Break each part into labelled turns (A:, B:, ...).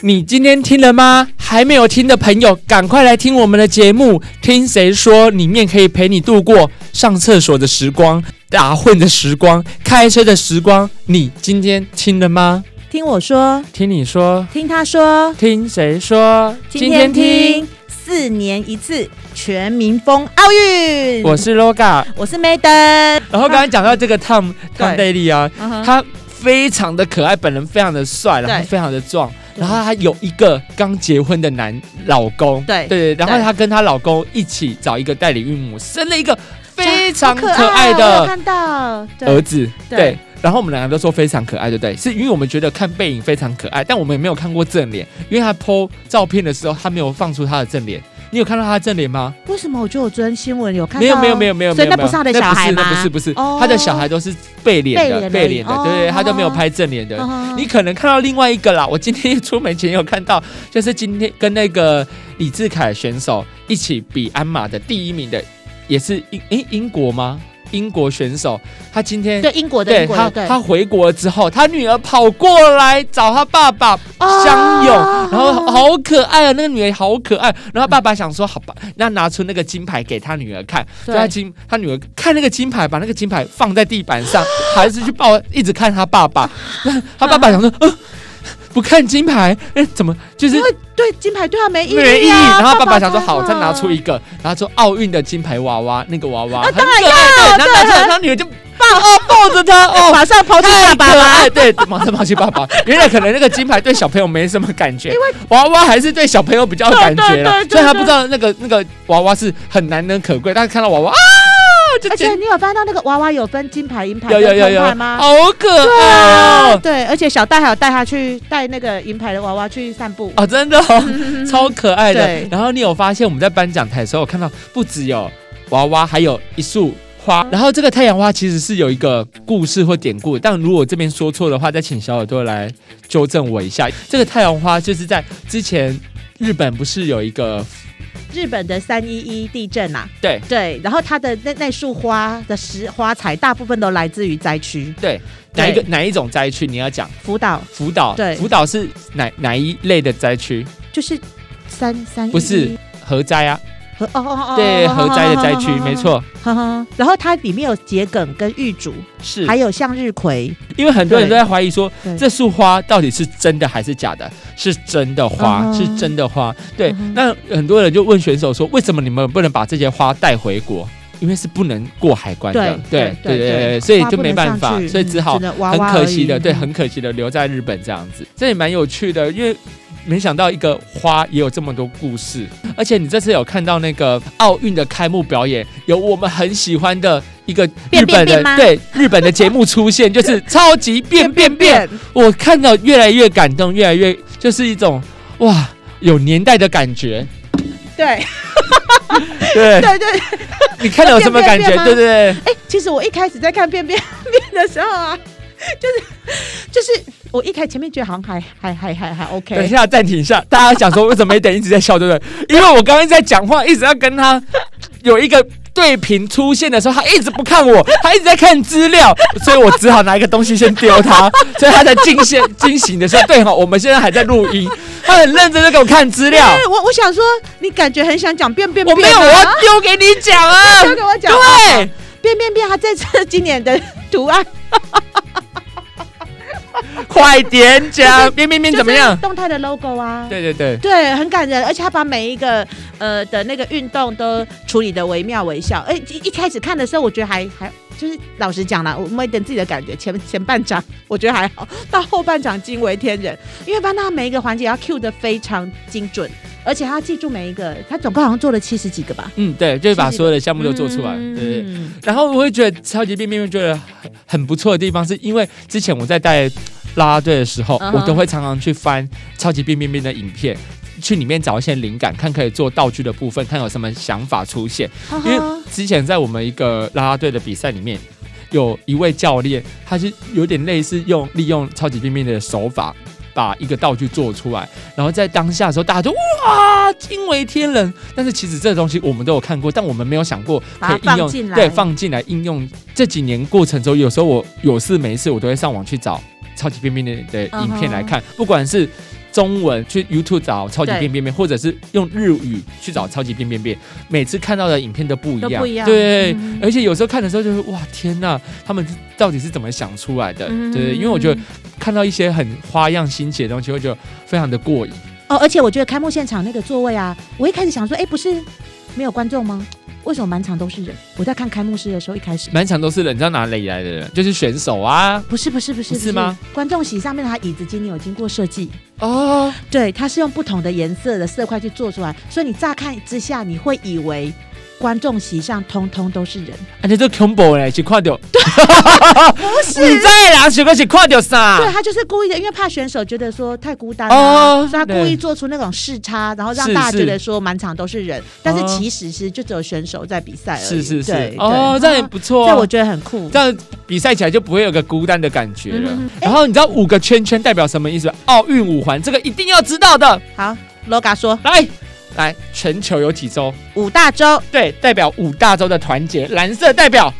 A: 你今天听了吗？还没有听的朋友，赶快来听我们的节目。听谁说里面可以陪你度过上厕所的时光、打混的时光、开车的时光。你今天听了吗？
B: 听我说，
A: 听你说，
B: 听他说，
A: 听谁说？
B: 四年一次全民风奥运。
A: 我是 LOGA。
B: 我是 Maiden，
A: 然后刚才讲到这个 Tom Tom
B: 对
A: Daly 啊，
B: 嗯哼
A: 他非常的可爱，本人非常的帅，然后
B: 对
A: 非常的壮，
B: 对
A: 然后他有一个刚结婚的男老公，
B: 对
A: 对，然后
B: 对
A: 她跟她老公一起找一个代理孕母，生了一个非常
B: 好
A: 可
B: 哦
A: 爱
B: 我有
A: 的呃
B: 看到，
A: 儿
B: 对
A: 子，
B: 对
A: 对。然后我们两个都说非常可爱，对不对？是因为我们觉得看背影非常可爱，但我们也没有看过正脸，因为他 PO 照片的时候，他没有放出他的正脸。你有看到他的正脸吗？
B: 为什么我觉得我昨天新闻有看到？
A: 没有没有没有没有，
B: 所以
A: 没有
B: 那不是他的
A: 没有
B: 小孩
A: 那
B: 吗
A: 不是那不是，不
B: 哦
A: 是他的小孩都是背脸的，
B: 背脸而已
A: 背脸的
B: 哦，
A: 对对，他都没有
B: 哦
A: 拍正脸的。
B: 哦
A: 你可能看到另外一个啦，我今天出门前有看到，就是今天跟那个李志凯选手一起比鞍马的第一名的，也是英诶英国吗？英国选手，他今天
B: 对英国的
A: 对
B: 英国
A: 他
B: 的对
A: 他回国了之后，他女儿跑过来找他爸爸
B: 哦
A: 相拥，然后好可爱啊，那个女儿好可爱。然后爸爸想说，好吧，那拿出那个金牌给他女儿看，
B: 对
A: 就他金他女儿看那个金牌，把那个金牌放在地板上， 孩子去抱，一直看他爸爸。 他爸爸想说，呃，不看金牌，哎，怎么就是
B: 因为对金牌对他没意义啊、
A: 没意义？然后爸爸想说，
B: 干嘛
A: 好，再拿出一个，然后说奥运的金牌娃娃，那个娃娃，很可
B: 当然
A: 爱，对，
B: 要
A: 然后拿出来，
B: 哦啊对
A: 他女儿就抱哦抱着他哦。
B: 马上抛弃
A: 太
B: 爸
A: 可
B: 爸了。
A: 爱，对，马上抛弃爸爸。 原来可能那个金牌对小朋友没什么感觉，因为娃娃还是对小朋友比较有感觉了
B: 对对对，
A: 所
B: 对
A: 以他不知道那个那个娃娃是很难能可贵。但是看到娃娃啊，就
B: 而且
A: 尖
B: 你有翻到那个娃娃有分金牌、银牌、
A: 有有有
B: 跟铜
A: 有，
B: 牌吗？
A: 好可
B: 对
A: 爱
B: 啊，
A: 哦！
B: 对，而且小戴还有带他去带那个银牌的娃娃去散步，
A: 啊，真的
B: 嗯
A: 哦，超可爱的
B: 对。
A: 然后你有发现我们在颁奖台的时候，我看到不只有娃娃，还有一束花。然后这个太阳花其实是有一个故事或典故，但如果我这边说错的话，再请小耳朵来纠正我一下。这个太阳花就是在之前日本不是有一个
B: 日本的三一一地震呐、啊，
A: 对
B: 对，然后它的那那束花的石花材大部分都来自于灾区，
A: 对
B: 对
A: 哪一个哪一种灾区？你要讲
B: 福岛
A: 福岛，
B: 对
A: 福岛是哪哪一类的灾区？
B: 就是三三
A: 不是核灾啊，
B: 核哦哦哦，
A: 对，核灾的灾 区，没，错，
B: 呵呵。然后它里面有桔梗跟玉竹，
A: 是
B: 还有向日葵，
A: 因为很多人都
B: 对
A: 在怀疑说
B: 对，
A: 这束花到底是真的还是假的？是真的花，
B: 嗯哼
A: 是真的花。对，
B: 嗯哼
A: 那很多人就问选手说，为什么你们不能把这些花带回国？因为是不能过海关的，
B: 对
A: 对对
B: 对，
A: 所以
B: 花
A: 就
B: 不
A: 没
B: 能
A: 办
B: 上
A: 法，
B: 去
A: 所以只
B: 嗯
A: 好
B: 能娃
A: 很
B: 娃
A: 可
B: 而
A: 惜的，
B: 已
A: 对，
B: 嗯
A: 很可惜的留在日本这样子，这也蛮有趣的，因为没想到一个花也有这么多故事，而且你这次有看到那个奥运的开幕表演，有我们很喜欢的一个日本
B: 变变
A: 的
B: 变吗
A: 对日本的节目出现， 就是超级变变变，我看到越来越感动，越来越就是一种哇有年代的感觉，
B: 对
A: 对
B: 对对。
A: 你看到有什么感觉？
B: 变变变吗
A: 对对对。
B: 哎、其实我一开始在看变变变的时候啊，就是就是我一开前面觉得好像还还还还还
A: 等一
B: OK，
A: 下，暂停一下。大家想说为什么没等一直在笑，对不 对？因为我刚刚在讲话，一直要跟他有一个对屏出现的时候，他一直不看我，他一直在看资料，所以我只好拿一个东西先丢他，所以他才惊现惊醒的时候，对哈，我们现在还在录音，他很认真的给我看资 料，
B: 对我我想说你感觉很想讲变变
A: 我
B: 变、啊，
A: 没有，我要丢给你讲啊，
B: 交给我讲，
A: 对。
B: 变变变，它这次今年的图案
A: 快点讲，边边边
B: 就是
A: 怎么样？
B: 动态的 logo 啊，
A: 对对对，
B: 对，很感人，而且他把每一个呃的那个运动都处理的惟妙惟肖。哎，一一开始看的时候，我觉得还还就是老实讲啦，我们等自己的感觉，前前半场我觉得还好，到后半场惊为天人，因为班纳每一个环节要 cue 的非常精准，而且他记住每一个，他总共好像做了七十几个吧，
A: 嗯对，就是把
B: 是的
A: 所有的项目都做出来，对对对。
B: 嗯
A: 然后我会觉得超级变变变觉得很很不错的地方，是因为之前我在带啦啦队的时候
B: 嗯哼
A: 我都会常常去翻超级变变变的影片。去里面找一些灵感，看可以做道具的部分，看有什么想法出现。
B: 哈
A: 因为
B: 哈
A: 之前在我们一个啦啦队的比赛里面，有一位教练，他是有点类似用利用超级变变的手法，把一个道具做出来，然后在当下的时候，大家就哇惊为天人。但是其实这个东西我们都有看过，但我们没有想过可以应
B: 把它放
A: 用，
B: 进来
A: 对，放进来应用。这几年过程中，有时候我有事没事，我都会上网去找超级变变变的的
B: 嗯
A: 影
B: 哼
A: 片来看，不管是中文去 YouTube 找超级
B: 对
A: 变变变，或者是用日语去找超级变变变，每次看到的影片都不一
B: 都
A: 样，
B: 不一样
A: 对。
B: 嗯
A: 而且有时候看的时候就是哇天呐，他们到底是怎么想出来的？
B: 嗯
A: 对，因为我觉得看到一些很花样新奇的东西，我觉得非常的过瘾。
B: 哦，而且我觉得开幕现场那个座位啊，我一开始想说，哎，不是没有观众吗？为什么满场都是人？我在看开幕式的时候，一开始
A: 满场都是人，你知道哪里来的人？就是选手啊！
B: 不是不是不是
A: 不是吗？
B: 观众席上面的它椅子今年有经过设计，
A: 哦，
B: 对，它是用不同的颜色的色块去做出来，所以你乍看之下，你会以为观众席上通通都是人，
A: 而且这 combo 嘞，是啊看到
B: 不
A: 你在哪？是看是看到啥？
B: 对他就是故意的，因为怕选手觉得说太孤单啊，
A: 哦
B: 所以他故
A: 对
B: 意做出那种视差，然后让
A: 是
B: 大家觉
A: 是
B: 得说满场都是人，但是
A: 哦
B: 其实是就只有选手在比赛而
A: 是
B: 已。
A: 是是
B: 对，
A: 哦，
B: 对
A: 这样也不错、
B: 这我
A: 哦，
B: 觉得很酷
A: 这。样比赛起来就不会有个孤单的感觉了。
B: 嗯哼
A: 然后你知道五个圈圈代表什么意思吗？奥运五环，这个一定要知道的。
B: 好，LOGA 说
A: 来来，全球有几周？
B: 五大洲
A: 对，代表五大洲的团结，蓝色代表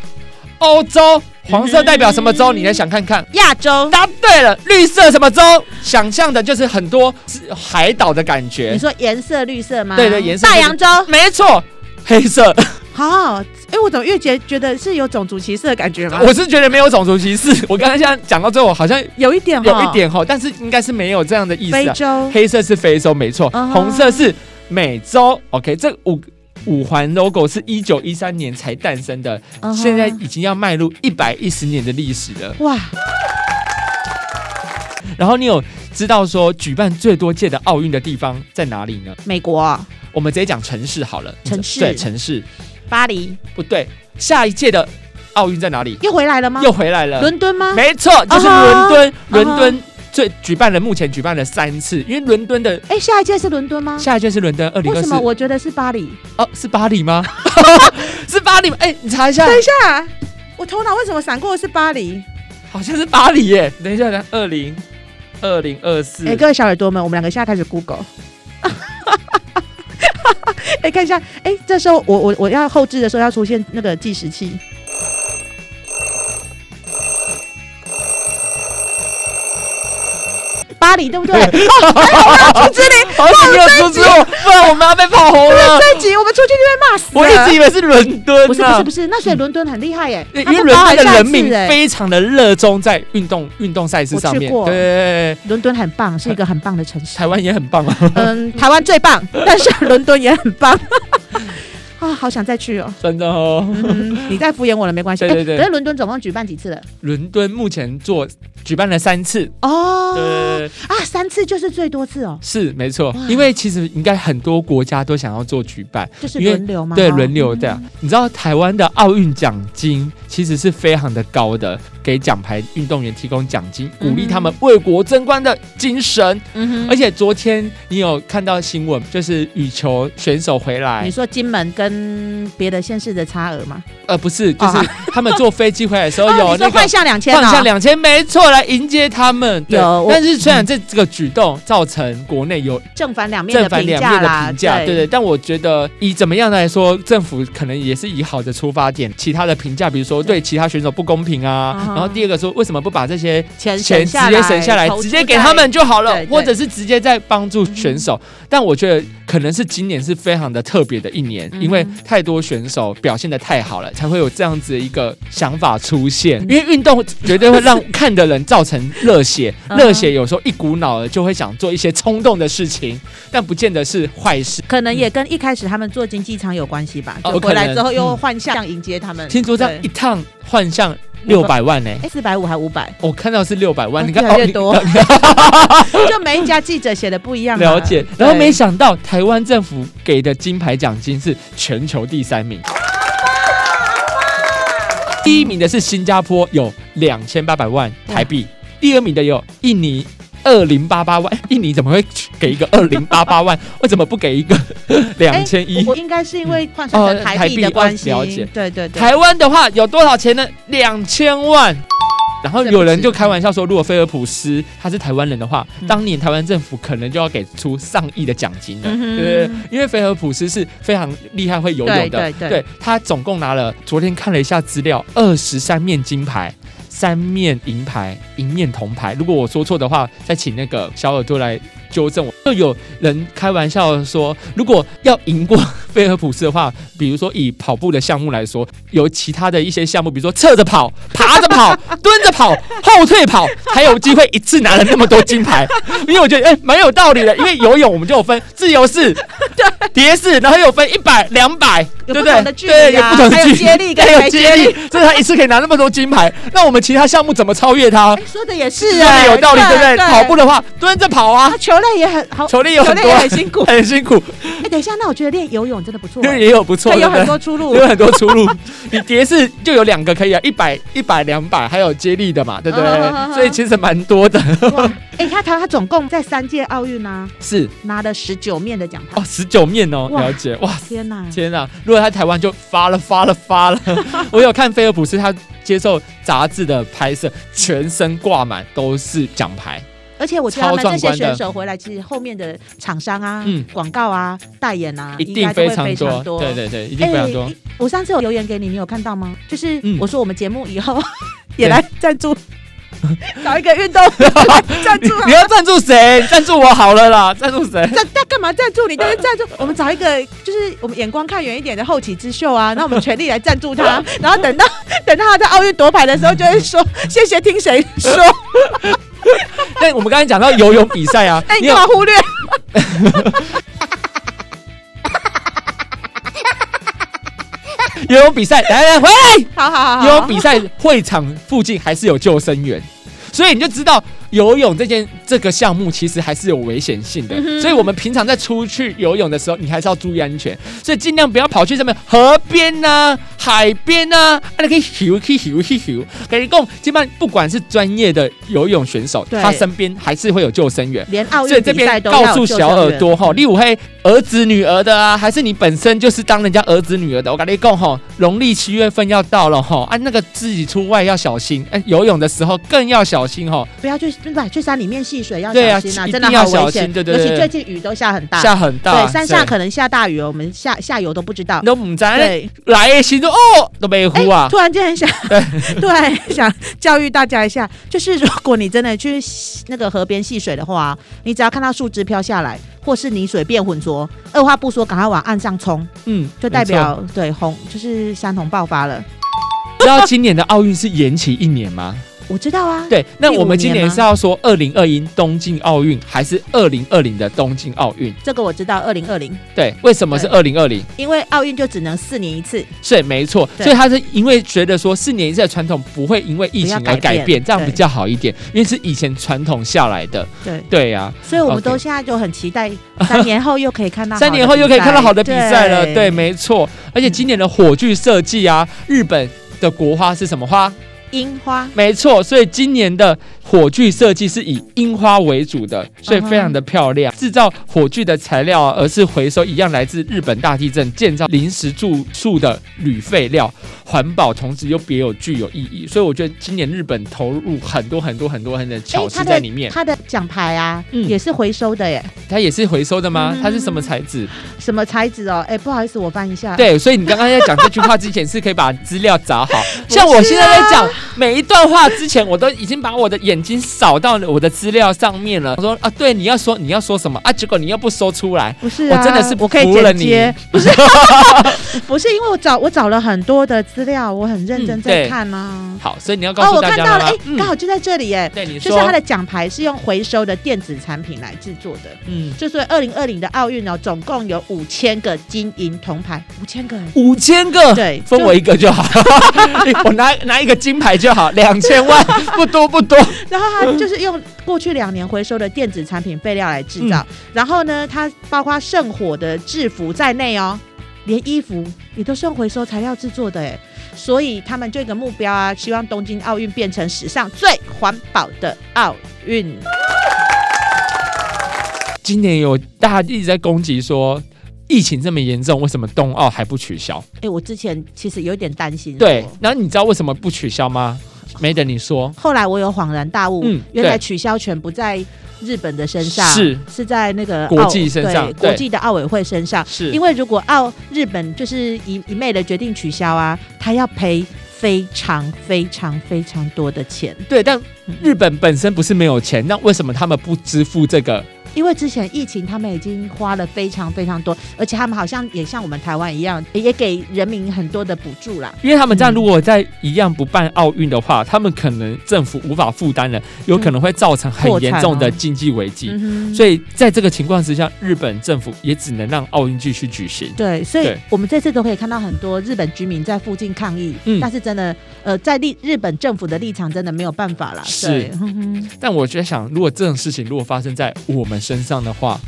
A: 欧洲，黄色代表什么洲？你来想看看。
B: 亚洲，
A: 答对了，绿色什么洲？想象的就是很多是海岛的感
B: 你
A: 觉。
B: 说颜色绿色吗？
A: 对对颜色
B: 大
A: 就是
B: 洋洲。
A: 没错，黑色。
B: 好，哎，我怎么越觉觉得是有种族歧视的感觉 吗？
A: 我是觉得没有种族歧视。我刚才像讲到最后，好像
B: 有一点哦，
A: 有一点吼，但是应该是没有这样的意思、
B: 非
A: 啊。
B: 洲。
A: 黑色是非洲，没错
B: 啊哈
A: 红色是美洲。OK，这五五环 logo 是一九一三年才诞生的
B: 啊哈
A: 现在已经要迈入一百一十年的历史了。
B: 哇，
A: 然后你有知道说举办最多届的奥运的地方在哪里呢？
B: 美国啊
A: 我们直接讲城市好了，
B: 城市
A: 对城市
B: 巴黎
A: 不对，下一届的奥运在哪里？
B: 又回来了吗？
A: 又回来了，
B: 伦敦吗？
A: 没错，就是伦
B: 啊哈
A: 敦，伦
B: 啊哈
A: 敦最举办了，目前举办了三次，因为伦敦的
B: 哎，下一届是伦敦吗？
A: 下一届是伦敦二零
B: 为
A: 二
B: 什
A: 四
B: 么，我觉得是巴黎？
A: 哦，是巴黎 吗？是巴黎吗？哎、你查一下，
B: 等一下，我头脑为什么闪过的是巴黎？
A: 好像是巴黎耶。等一下，等二零二零二四
B: 哎、，各位小耳朵们，我们两个现在开始 Google。哎、看一下，哎、这时候我我我要后置的时候要出现那个计时器。巴黎 对不对？哦，哎我们要出之灵，
A: 好险你有阻止我，不然 我们要被炮轰了。
B: 这一集我们出去就被骂死了。
A: 我一直以为是伦敦、啊，
B: 不是不是不是，那所以伦敦很厉害耶，
A: 因
B: 他
A: 为
B: 们
A: 伦
B: 包
A: 敦
B: 含
A: 的
B: 下
A: 人
B: 次
A: 民
B: 哎
A: 非常的热衷在运动运动赛事上面，
B: 我去过
A: 对，
B: 伦敦很棒，是一个很棒 的城市。
A: 台湾也很棒啊，
B: 嗯，台湾最棒，但是伦敦也很棒。 啊，好想再去哦！
A: 真的哦。
B: 嗯，你再敷衍我了没关系。
A: 对对对
B: 哎可是伦敦总共举办几次了？
A: 伦敦目前做举办了三次，
B: 哦，
A: 对，
B: 啊，三次就是最多次哦，
A: 是没错
B: 哇，
A: 因为其实应该很多国家都想要做举办，
B: 就是
A: 因为
B: 轮流嘛。
A: 对，
B: 哦
A: 轮流的。你知道台湾的奥运奖金其实是非常的高的，给奖牌运动员提供奖金，鼓励他们为国争光的精神。
B: 嗯哼
A: 而且昨天你有看到新闻，就是羽球选手回来
B: 你，说金门跟别的县市的差额吗？
A: 呃，不是，就是
B: 哦
A: 他们坐飞机回来的时 候哦有
B: 你说
A: 那个
B: 幻。象两千
A: 放
B: 啊
A: 下？两千，没错，来迎接他们。对
B: 有我
A: 但是虽然这这个举动造成国内有
B: 正反两面
A: 正
B: 的
A: 反
B: 评
A: 两
B: 价
A: 面的
B: 啦，
A: 评价，对对。但我觉得以怎么样来说，政府可能也是以好的出发点，其他的评价，比如说对其他选手不公平啊，
B: 啊哈
A: 然后第二个说为什么不把这些
B: 钱
A: 钱
B: 省
A: 直
B: 下
A: 接
B: 来，
A: 省下来，
B: 投
A: 直
B: 资
A: 接给
B: 在嗯
A: 他们就好了
B: 对，对
A: 或者是直接再帮助选手。但我觉得可能是今年是非常的特别的一年，
B: 嗯哼
A: 因为太多选手表现的太好了，才会有这样子的一个想法出现。
B: 嗯
A: 因为运动绝对会让看的人造成热血，
B: 嗯哼
A: 热血有时候一股脑儿就会想做一些冲动的事情，但不见得是坏事。
B: 可能也跟一开始他们做经济舱有关系吧，
A: 哦
B: 就回来之
A: 可
B: 后
A: 能
B: 又
A: 嗯
B: 换向迎接他们。
A: 听说这样
B: 对
A: 一趟换向六百万呢、
B: 哎，四百五还五百，
A: 我看到是六百万，
B: 哦
A: 你看
B: 越来越
A: 你
B: 多， 就每一家记者写的不一样嘛。
A: 了解，
B: 对
A: 然后没想到台湾政府给的金牌奖金是全球第三名，第一名的是新加坡，有两千八百万台币；第二名的有印尼。二零八八万，哎印尼怎么会给一个二零八八万？ 为什么不给一 个两千一？
B: 哎我应该是因为换算成
A: 哦
B: 台币
A: 台
B: 的
A: 币
B: 关系。
A: 哦了解
B: 对对对。
A: 台湾的话有多少钱呢？两千万。然后有人就开玩笑说，如果菲尔普斯他是台湾人的话，
B: 嗯
A: 当年台湾政府可能就要给出上亿的奖金了，
B: 嗯哼
A: 对对对，因为菲尔普斯是非常厉害会游泳的，
B: 对对对
A: 他总共拿了，昨天看了一下资料，二十三面金牌，三面银牌，银面铜牌。如果我说错的话，再请那个小耳朵来纠正我。就有人开玩笑说，如果要赢过菲尔普斯的话，比如说以跑步的项目来说，有其他的一些项目，比如说侧着跑、爬着跑、蹲着跑、后退跑，还有机会一次拿了那么多金牌。因为我觉得哎蛮、有道理的，因为游泳我们就有分自由式、蝶式，然后又有分一百、两百，对不
B: 有不
A: 对？
B: 同的距
A: 对，
B: 离
A: 有
B: 啊
A: 不同的
B: 还
A: 距
B: 有
A: 离，
B: 接力跟
A: 还有
B: 没
A: 接
B: 接
A: 力
B: 力，
A: 所以他一次可以拿那么多金牌，那我们其他项目怎么超越他？
B: 哎说的也是
A: 真
B: 哎，
A: 啊的有道理，对不对？跑步
B: 了，
A: 的话，蹲着跑啊
B: 啊，，球类也很好，
A: 球类有很
B: 也
A: 多，。
B: 很辛苦
A: 很辛苦，
B: 哎，等一下，那我觉得练游泳真的 不错，
A: 那也有不错，
B: 它有
A: 对不对
B: 很多出路
A: 有。很多出路。你蝶式就有两个可以啊，一百、一百、两百，还有接力的嘛，对不
B: 嗯嗯嗯
A: 对？
B: 嗯
A: 所以其实蛮多的，
B: 哇，哎，他他他总共在三届奥运啊，
A: 是
B: 拿了十九面的奖牌
A: 哦，。十九面哦，
B: 哇
A: 了解哇。
B: 天哪！
A: 天呐、如果在台湾就发了发了发了， 我有看菲尔普斯他接受杂志的拍摄，全身挂满都是奖牌，
B: 而且我觉得
A: 超
B: 他们这
A: 壮观
B: 些
A: 的
B: 选手回来，其实后面的厂商啊
A: 嗯、
B: 广、告啊、代言啊，
A: 一
B: 应
A: 定
B: 该都
A: 非
B: 会
A: 常
B: 非
A: 多，
B: 常多。
A: 对对对，一定
B: 哎，
A: 非常多。
B: 我上次有留言给你，你有看到吗？就是
A: 嗯
B: 我说我们节目以后
A: 对
B: 也来赞 助，找一个运动赞助啊
A: 你。要赞助谁？赞助我好了啦，赞助 谁？
B: 赞那干嘛赞助你？但是赞助我们找一个，就是我们眼光看远一点的后起之秀啊，那我们全力来赞 助他。然后等到等到他在奥运夺牌的时候，就会说谢谢听谁说。
A: 呃哎但我们刚才讲到游泳比赛啊
B: 哎，，你
A: 你
B: 干
A: 有
B: 嘛忽略？
A: 游泳比赛，来来回来，
B: 好好好好，
A: 游泳比赛会场附近还是有救生员，所以你就知道游泳这件这个项目其实还是有危险性的
B: 嗯。哼
A: 所以我们平常在出去游泳的时候，你还是要注意安全，所以尽量不要跑去什么河边呐、海边呐、啊，你可以游可以游可以游。跟你讲，基本上不管是专业的游泳选手，
B: 对
A: 他身边还是会有救生员。
B: 连奥
A: 所以
B: 运
A: 这
B: 比
A: 边
B: 赛都
A: 告
B: 要
A: 诉
B: 有救
A: 小
B: 生
A: 耳
B: 员嗯
A: 朵哈，例如嘿儿子女儿的啊，还是你本身就是当人家儿子女儿的，我跟你讲哈，农历七月份要到了哈，啊那个自己出外要小心，哎、游泳的时候更要小心哈，
B: 不要去，对吧？去山里面戏水要
A: 对啊
B: 小心啊，
A: 一
B: 真
A: 定
B: 的
A: 要
B: 好
A: 小
B: 危险。
A: 心对对
B: 尤
A: 对
B: 其最近雨都下很大，
A: 下很大，
B: 对，山下可能下大雨哦，我们下下游都不知道
A: 你。都唔知道哎
B: 对，哎
A: 来的时候哦都没呼啊，
B: 突然间很想， 突然想教育大家一下，就是如果你真的去那个河边戏水的话，你只要看到树枝飘下来，或是泥水变浑浊，二话不说赶快往岸上冲，
A: 嗯，
B: 就代
A: 没错。
B: 表对红就是山洪爆发了。
A: 知道今年的奥运是延期一年吗？
B: 我知道啊，
A: 对，那
B: 第五
A: 我们今
B: 年
A: 年
B: 吗
A: 是要说二零二一东京奥运还是二零二零的东京奥运？
B: 这个我知道，二零二零，
A: 对，为什么是二零二零？
B: 因为奥运就只能四年一次，
A: 是没错，
B: 对
A: 所以他是因为觉得说四年一次的传统不会因为疫情
B: 不
A: 而
B: 要
A: 改
B: 改变
A: 变，这样
B: 对
A: 比较好一点，因为是以前传统下来的。
B: 对。
A: 对呀、
B: 所以我们
A: OK
B: 都现在就很期待，三年后又可以看到好的
A: 三年后又可以看到好的比赛了。对，
B: 对，
A: 没错。而且今年的火炬设计啊，日本的国花是什么花？
B: 樱花
A: 没错，所以今年的火炬设计是以樱花为主的，所以非常的漂亮。制造火炬的材料、啊，而是回收一样来自日本大地震建造临时住宿的铝废料，环保同时又别有具有意义。所以我觉得今年日本投入很多很多很多很多的巧
B: 哎，
A: 思
B: 它
A: 在
B: 的
A: 里面。
B: 它的奖牌啊，
A: 嗯
B: 也是回收的耶，
A: 它也是回收的吗？
B: 嗯
A: 它是什么材质？
B: 什么材质哦？哎，不好意思，我翻一下。，
A: 对，所以你刚刚在讲这句话之前，是可以把资料找 好。像我现在在讲
B: 啊
A: 每一段话之前，我都已经把我的眼睛扫到我的资料上面了。我说啊，对，你要说你要说什么啊？结果你又不说出来，
B: 不是啊，
A: 我真的是
B: 我可以
A: 服了
B: 剪
A: 你
B: 接，不是，不是，因为我找我找了很多的资料，我很认真
A: 嗯
B: 在
A: 对
B: 看啊。
A: 好，所以你要告
B: 哦，
A: 诉
B: 我
A: 大
B: 看
A: 家
B: 到了，
A: 吗
B: 哎，
A: 嗯
B: 刚好就在这里耶。
A: 对你
B: 就是它
A: 说，
B: 的奖牌是用回收的电子产品来制作的，
A: 嗯，
B: 就所以二零二零的奥运哦，总共有五千个金银铜牌，五千个耶，
A: 五千个。
B: 对，
A: 分
B: 就
A: 我一个就 好，我拿拿一个金牌就好，两千万 不多不多。
B: 然后它就是用过去两年回收的电子产品废料来制造，
A: 嗯
B: 然后呢，它包括圣火的制服在内哦，连衣服也都是用回收材料制作的哎，所以他们这个目标啊，希望东京奥运变成史上最环保的奥运。
A: 今年有大家一直在攻击说，疫情这么严重，为什么冬奥还不取消？
B: 哎，我之前其实有点担心，哦
A: 对，，然后你知道为什么不取消吗？没等你说，
B: 后来我有恍然大悟，
A: 嗯
B: 原来
A: 对
B: 取消权不在日本的身上，
A: 是
B: 是在那个
A: 国
B: 奥
A: 际身上
B: 对
A: 对
B: 国际的奥委会身上。
A: 是
B: 因为如果澳日本就是一一昧的决定取消啊，他要赔非常非常非常多的钱，
A: 对，但日本本身不是没有钱，那为什么他们不支付这个？
B: 因为之前疫情他们已经花了非常非常多，而且他们好像也像我们台湾一样，也给人民很多的补助啦。
A: 因为他们这样，如果在一样不办奥运的话，他们可能政府无法负担了，有可能会造成很严重的经济危机。
B: 嗯
A: 所以在这个情况之下，日本政府也只能让奥运继续举行。
B: 对，所以
A: 对
B: 我们这次都可以看到很多日本居民在附近抗议，
A: 嗯
B: 但是真的，呃，在立日本政府的立场真的没有办法啦。
A: 是
B: 对，哼嗯哼
A: 但我觉得想，如果这种事情如果发生在我们身上的话，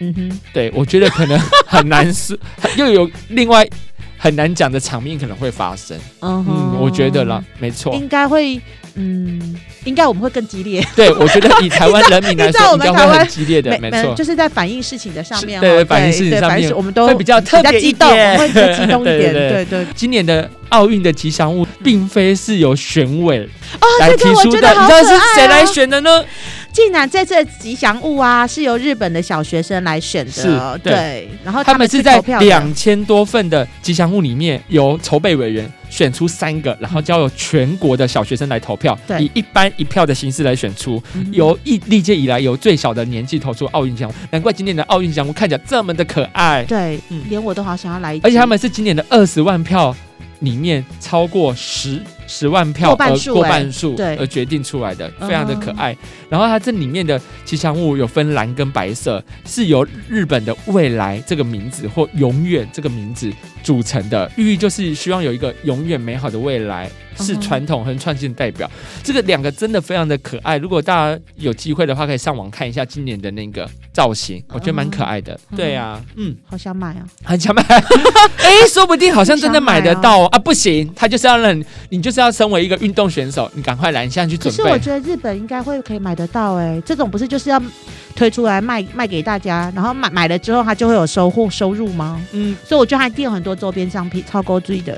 B: 嗯哼，
A: 对我觉得可能很难是， 又有另外很难讲的场面可能会发生。
B: 嗯
A: 嗯，
B: 哼
A: 我觉得啦，，没错，
B: 应该会，嗯，应该我们会更激烈，
A: 对我觉得以台湾人民来
B: 你知道
A: 说，
B: 我
A: 应该
B: 们台
A: 会
B: 湾
A: 很激烈的，没
B: 没
A: 错，
B: 就是在反映事情的上
A: 是
B: 面哈，
A: 对对反映事情
B: 对
A: 上
B: 反映
A: 面
B: 我们都
A: 会比较特
B: 比较
A: 别一
B: 激动，
A: 点
B: 会比较激动一
A: 对
B: 点，
A: 对
B: 对对。
A: 今年的奥运的吉祥物并非是由选委来
B: 这
A: 提
B: 个哦我
A: 出
B: 觉
A: 的，
B: 得
A: 你
B: 好
A: 知道
B: 可
A: 是谁
B: 爱
A: 来
B: 哦。
A: 选的呢？
B: 竟然这次的吉祥物啊，是由日本的小学生来选
A: 是
B: 的哦，
A: 对
B: 对。然后
A: 他们
B: 是
A: 是在
B: 投票的
A: 两千多份的吉祥物里面，由筹备委员选出三个，然后交由全国的小学生来投票，
B: 对
A: 以一般一票的形式来选出，
B: 嗯
A: 由历历届以来由最小的年纪投出奥运吉祥物。难怪今年的奥运吉祥物看起来这么的可爱，
B: 对
A: 嗯，
B: 连我都好想要来一只，
A: 而且他们是今年的二十万票里面超过十十万票
B: 过半
A: 而
B: 数
A: 过
B: 欸
A: 半数
B: 对
A: 而决定出来的，
B: 嗯
A: 非常的可爱。然后它这里面的吉祥物有分蓝跟白色，是由日本的未来这个名字或永远这个名字组成的，寓意就是希望有一个永远美好的未来。是
B: 嗯
A: 传统和创新的代表，这个两个真的非常的可爱。如果大家有机会的话，可以上网看一下今年的那个造型，我觉得蛮可爱的。
B: 嗯
A: 对啊，嗯。
B: 好想买啊！
A: 很 想买，哎、说不定好像真的买得到、哦、啊！不行，他就是要让你，你就是要身为一个运动选手，你赶快来，你现在去
B: 可
A: 准
B: 是我
A: 备。
B: 觉得日本应该会可以买得到哎、这种不是就是要推出来卖卖给大家，然后买买了之后它就会有收获收入吗？
A: 嗯，
B: 所以我觉得它一定有很多周边商品，超高追的。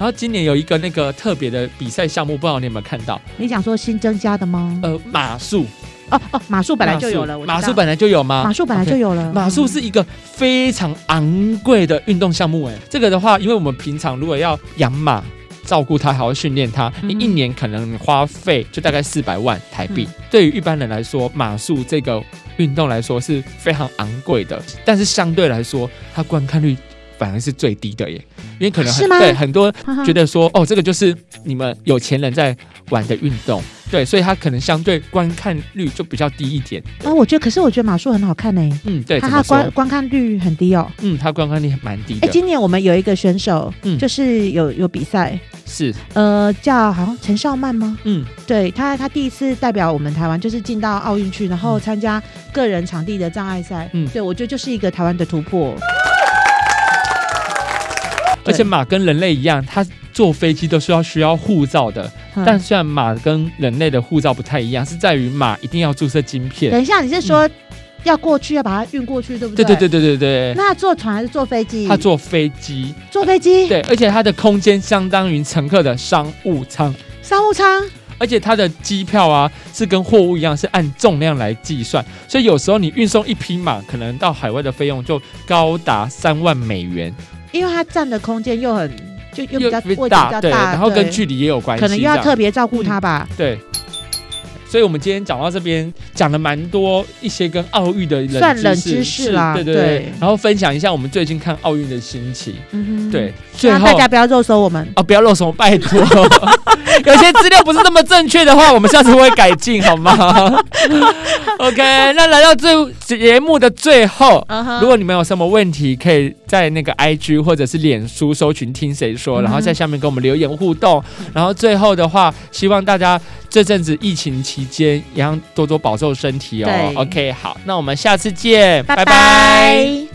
A: 然后今年有一个那个特别的比赛项目，不知道你有没有看到？
B: 你讲说新增加的吗？
A: 呃，马术，
B: 哦哦，马嗯术本来就有了，我知道
A: 呃马术本来就有吗？
B: 马术本来就
A: OK
B: 有了，
A: 马术是一个非常昂贵的运动项目，哎，这个的话，因为我们平常如果要养马。照顾它，还要训练它，你
B: 嗯
A: 一年可能花费就大概四百万台币。
B: 嗯
A: 对于一般人来说，马术这个运动来说是非常昂贵的，但是相对来说，它观看率反而是最低的耶，因为可能很
B: 嗯是吗
A: 对很多
B: 嗯
A: 觉得说，哦，这个就是你们有钱人在玩的运动，对，所以它可能相对观看率就比较低一点。
B: 啊，我觉得可是我觉得马术很好看呢、
A: 嗯，对，
B: 它
A: 怎
B: 它
A: 么
B: 观
A: 说？
B: 观看率很低哦。
A: 嗯，它观看率蛮低
B: 哎、
A: 的。
B: 今年我们有一个选手，
A: 嗯
B: 就是有有比赛，
A: 是，
B: 呃，叫好像陈少曼吗？
A: 嗯，
B: 对他，他第一次代表我们台湾，就是进到奥运去，然后
A: 嗯
B: 参加个人场地的障碍赛。
A: 嗯
B: 嗯，对我觉得就是一个台湾的突破。
A: 而
B: 对
A: 且马跟人类一样，它坐飞机都是要需要护照的。
B: 嗯
A: 但虽然马跟人类的护照不太一样，是在于马一定要注射晶片。
B: 等一下，你是说要过去，要把它运过去，对不
A: 对嗯对
B: 对
A: 对对对对，
B: 那坐船还是坐飞机？
A: 它坐飞 机，
B: 坐飞机，
A: 对，而且它的空间相当于乘客的商务舱，
B: 商务舱。
A: 而且它的机票啊是跟货物一样，是按重量来计算，所以有时候你运送一匹马，可能到海外的费用就高达三万美元，
B: 因为它占的空间又很，就又比较位置比较大，
A: 对，然后跟
B: 对
A: 距离也有关系，啊
B: 可能又
A: 这
B: 要
A: 样
B: 特别照顾它吧。
A: 对。所以，我们今天讲到这边，讲了蛮多一些跟奥运的冷
B: 算冷
A: 知
B: 知识啦
A: 是对对
B: 对
A: 对。然后分享一下我们最近看奥运的心情。
B: 嗯哼
A: 对，，最
B: 那
A: 后
B: 大家不要肉搜我们。
A: 啊，不要漏什么，拜 托。有些资料不是那么正确的话，我们下次会改进，好吗 ？OK，那来到最节目的最后，
B: 嗯哼
A: 如果你们有什么问题，可以在那个 IG 或者是脸书搜寻“听谁说”，
B: 嗯哼
A: 然后在下面跟我们留言互动。然后最后的话，希望大家这阵子疫情期间一样多多保重身体哦。
B: 对
A: OK，好，那我们下次见，
B: 拜拜